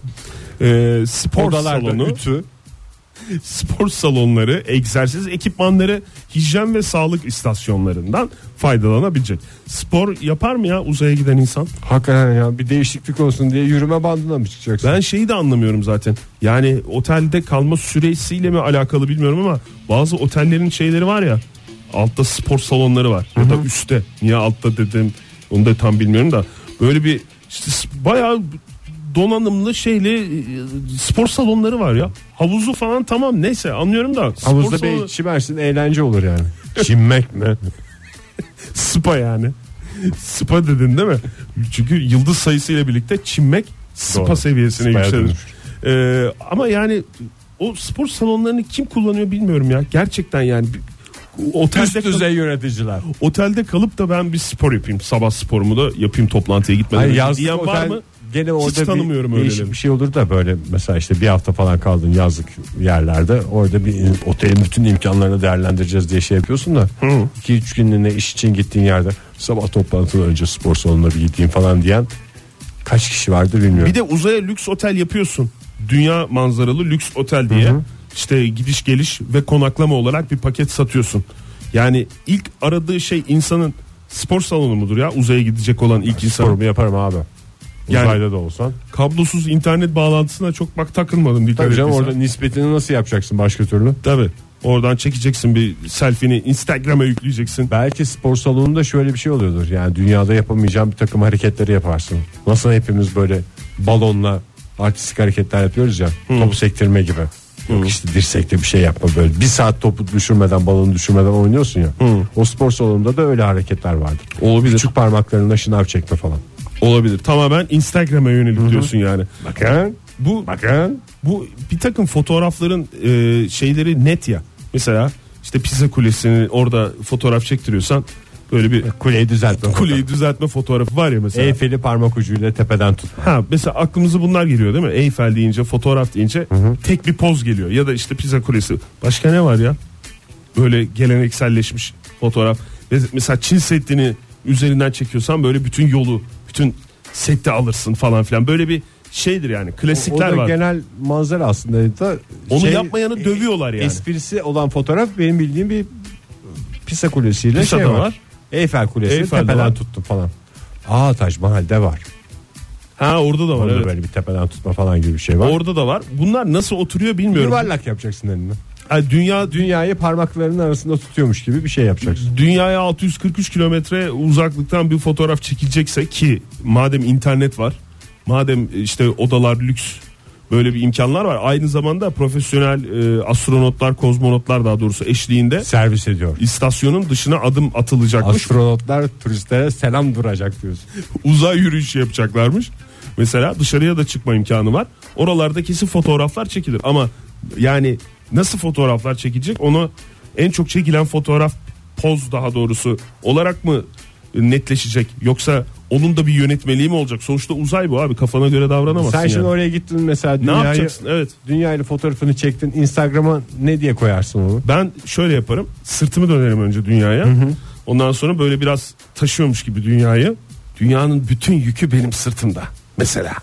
e, spor Odalarda salonu, ütü. spor salonları, egzersiz ekipmanları, hijyen ve sağlık istasyonlarından faydalanabilecek. Spor yapar mı ya uzaya giden insan? Hakikaten ya bir değişiklik olsun diye yürüme bandına mı çıkacaksın? Ben şeyi de anlamıyorum zaten. Yani otelde kalma süresiyle mi alakalı bilmiyorum ama bazı otellerin şeyleri var ya. Altta spor salonları var ya da üstte. Niye altta dedim onu da tam bilmiyorum da. Böyle bir işte s- bayağı donanımlı şeyli e, spor salonları var ya. Havuzu falan tamam neyse anlıyorum da. spor Havuzda salonu- bir çimersin eğlence olur yani. Çimmek mi? Spa yani. Spa dedin değil mi? Çünkü yıldız sayısıyla birlikte çinmek spa Doğru. seviyesine Spa'ya yükselir. dönüş. Ee, ama yani o spor salonlarını kim kullanıyor bilmiyorum ya. Gerçekten yani bir- otelde Üst düzey yöneticiler. otelde kalıp da ben bir spor yapayım. Sabah sporumu da yapayım toplantıya gitmeden. Hayır önce yazlık diyen var otel mı? gene orada tanımıyorum bir değişik öyleleri. bir şey olur da böyle mesela işte bir hafta falan kaldın yazlık yerlerde orada bir in- otelin bütün imkanlarını değerlendireceğiz diye şey yapıyorsun da 2-3 günlüğüne iş için gittiğin yerde sabah toplantıdan önce spor salonuna bir gideyim falan diyen kaç kişi vardır bilmiyorum. Bir de uzaya lüks otel yapıyorsun. Dünya manzaralı lüks otel diye. İşte gidiş geliş ve konaklama olarak bir paket satıyorsun. Yani ilk aradığı şey insanın spor salonu mudur ya uzaya gidecek olan ilk insan. sporumu yaparım abi. Yani- Uzayda da olsan. Kablosuz internet bağlantısına çok bak takılmadım dikkat Tabii canım ettiysen. orada nispetini nasıl yapacaksın başka türlü? Tabii. Oradan çekeceksin bir selfie'ni Instagram'a yükleyeceksin. Belki spor salonunda şöyle bir şey oluyordur. Yani dünyada yapamayacağım bir takım hareketleri yaparsın. Nasıl hepimiz böyle balonla artistik hareketler yapıyoruz ya. Topu sektirme gibi. Yok işte dirsekte bir şey yapma böyle. Bir saat topu düşürmeden balonu düşürmeden oynuyorsun ya. O spor salonunda da öyle hareketler vardır. Olabilir. Küçük parmaklarına şınav çekme falan. Olabilir. Tamamen Instagram'a yönelik diyorsun yani. Bakın. Bu Bakın. bu bir takım fotoğrafların e, şeyleri net ya. Mesela işte Pisa Kulesi'ni orada fotoğraf çektiriyorsan böyle bir Kuleyi düzeltme. kuleyi düzeltme fotoğrafı var ya mesela. Eyfel'i parmak ucuyla tepeden tut. Ha mesela aklımıza bunlar geliyor değil mi? Eyfel deyince, fotoğraf deyince tek bir poz geliyor ya da işte Pisa Kulesi. Başka ne var ya? Böyle gelenekselleşmiş fotoğraf. Ve Mesela Çin Seddi'ni üzerinden çekiyorsan böyle bütün yolu, bütün sette alırsın falan filan. Böyle bir şeydir yani. O Klasikler da var. genel manzara aslında da Onu şey- yapmayanı dövüyorlar yani. Esprisi olan fotoğraf benim bildiğim bir Pisa Kulesi'yle Pisa'da şey var. var. Eyfel Kulesi Eyfel'de tepeden var. tuttum falan. Aa Taj Mahal'de var. Ha orada da var. Orada evet. böyle bir tepeden tutma falan gibi bir şey var. Orada da var. Bunlar nasıl oturuyor bilmiyorum. Yuvarlak yapacaksın elini. Ha, dünya dü- Dünyayı parmaklarının arasında tutuyormuş gibi bir şey yapacaksın. dünyaya 643 kilometre uzaklıktan bir fotoğraf çekilecekse ki madem internet var, madem e, işte odalar lüks böyle bir imkanlar var. Aynı zamanda profesyonel e, astronotlar, kozmonotlar daha doğrusu eşliğinde Servis ediyor. istasyonun dışına adım atılacakmış. Astronotlar turistlere selam duracak diyorsun. uzay yürüyüşü yapacaklarmış. Mesela dışarıya da çıkma imkanı var. Oralarda kesin fotoğraflar çekilir ama yani nasıl fotoğraflar çekilecek onu en çok çekilen fotoğraf poz daha doğrusu olarak mı netleşecek yoksa onun da bir yönetmeliği mi olacak? Sonuçta uzay bu abi kafana göre davranamazsın. Sen şimdi yani. oraya gittin mesela ne dünyayı, yapacaksın? Evet. dünyayla fotoğrafını çektin. Instagram'a ne diye koyarsın onu? Ben şöyle yaparım. Sırtımı dönerim önce dünyaya. Ondan sonra böyle biraz taşıyormuş gibi dünyayı. Dünyanın bütün yükü benim sırtımda. Mesela.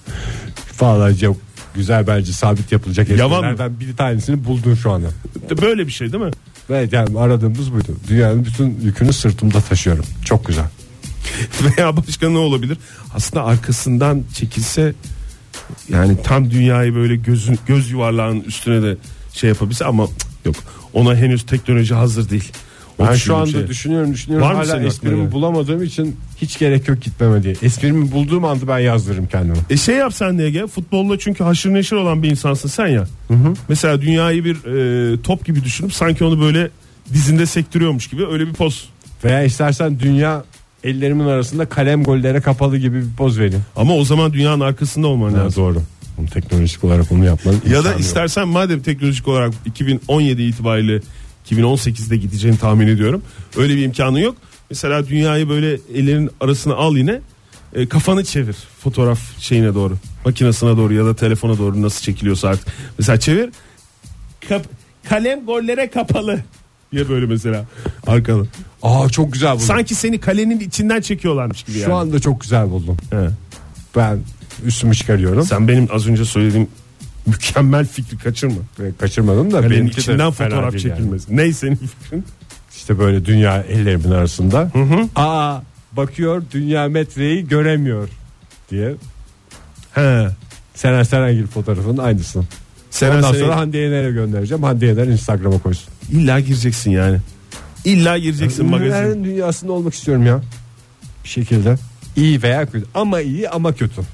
Vallahi çok güzel bence sabit yapılacak Yavan mı? esprilerden bir tanesini buldun şu anda. De Böyle bir şey değil mi? Ve yani aradığımız buydu. Dünyanın bütün yükünü sırtımda taşıyorum. Çok güzel. Veya başka ne olabilir? Aslında arkasından çekilse yani tam dünyayı böyle gözün, göz yuvarlağının üstüne de şey yapabilse ama cık, yok. Ona henüz teknoloji hazır değil. O Ben şu düşündüğüm anda şey. düşünüyorum düşünüyorum. Var mı senin Hala aklına esprimi gelen? bulamadığım için hiç gerek yok gitmeme diye. Esprimi bulduğum anda ben yazdırırım kendime. E şey yapsan diye gel futbolla çünkü haşır neşir olan bir insansın sen ya. Mesela dünyayı bir e, top gibi düşünüp sanki onu böyle dizinde sektiriyormuş gibi öyle bir poz. Veya istersen dünya ellerimin arasında kalem gollere kapalı gibi bir poz vereyim. Ama o zaman dünyanın arkasında olman Ha, lazım. doğru. Bunu teknolojik olarak bunu yapmanın Ya da imkanı yok. istersen madem teknolojik olarak 2017 itibariyle 2018'de gideceğini tahmin ediyorum. Öyle bir imkanı yok. Mesela dünyayı böyle ellerin arasına al yine e, kafanı çevir fotoğraf şeyine doğru makinesine doğru ya da telefona doğru nasıl çekiliyorsa artık. Mesela çevir Kap- kalem gollere kapalı diye böyle mesela arkalı. Aa çok güzel buldum. Sanki seni kalenin içinden çekiyorlarmış gibi Şu yani. anda çok güzel buldum. He. Ben üstümü çıkarıyorum. Sen benim az önce söylediğim mükemmel fikri kaçırma. Ve E, Kaçırmadım da Benim benimki de içinden fena fotoğraf değil yani. çekilmez. Ney senin fikrin? İşte böyle dünya ellerimin arasında. Aa bakıyor dünya metreyi göremiyor diye. He. Seren Serengil fotoğrafının aynısını. Seren Ondan Serengil- sonra Hande Yener'e göndereceğim. Hande Yener Instagram'a koysun. İlla gireceksin yani. İlla gireceksin magazin. Ünlülerin dünyasında olmak istiyorum ya. Bir şekilde. İyi veya kötü. Ama iyi ama kötü.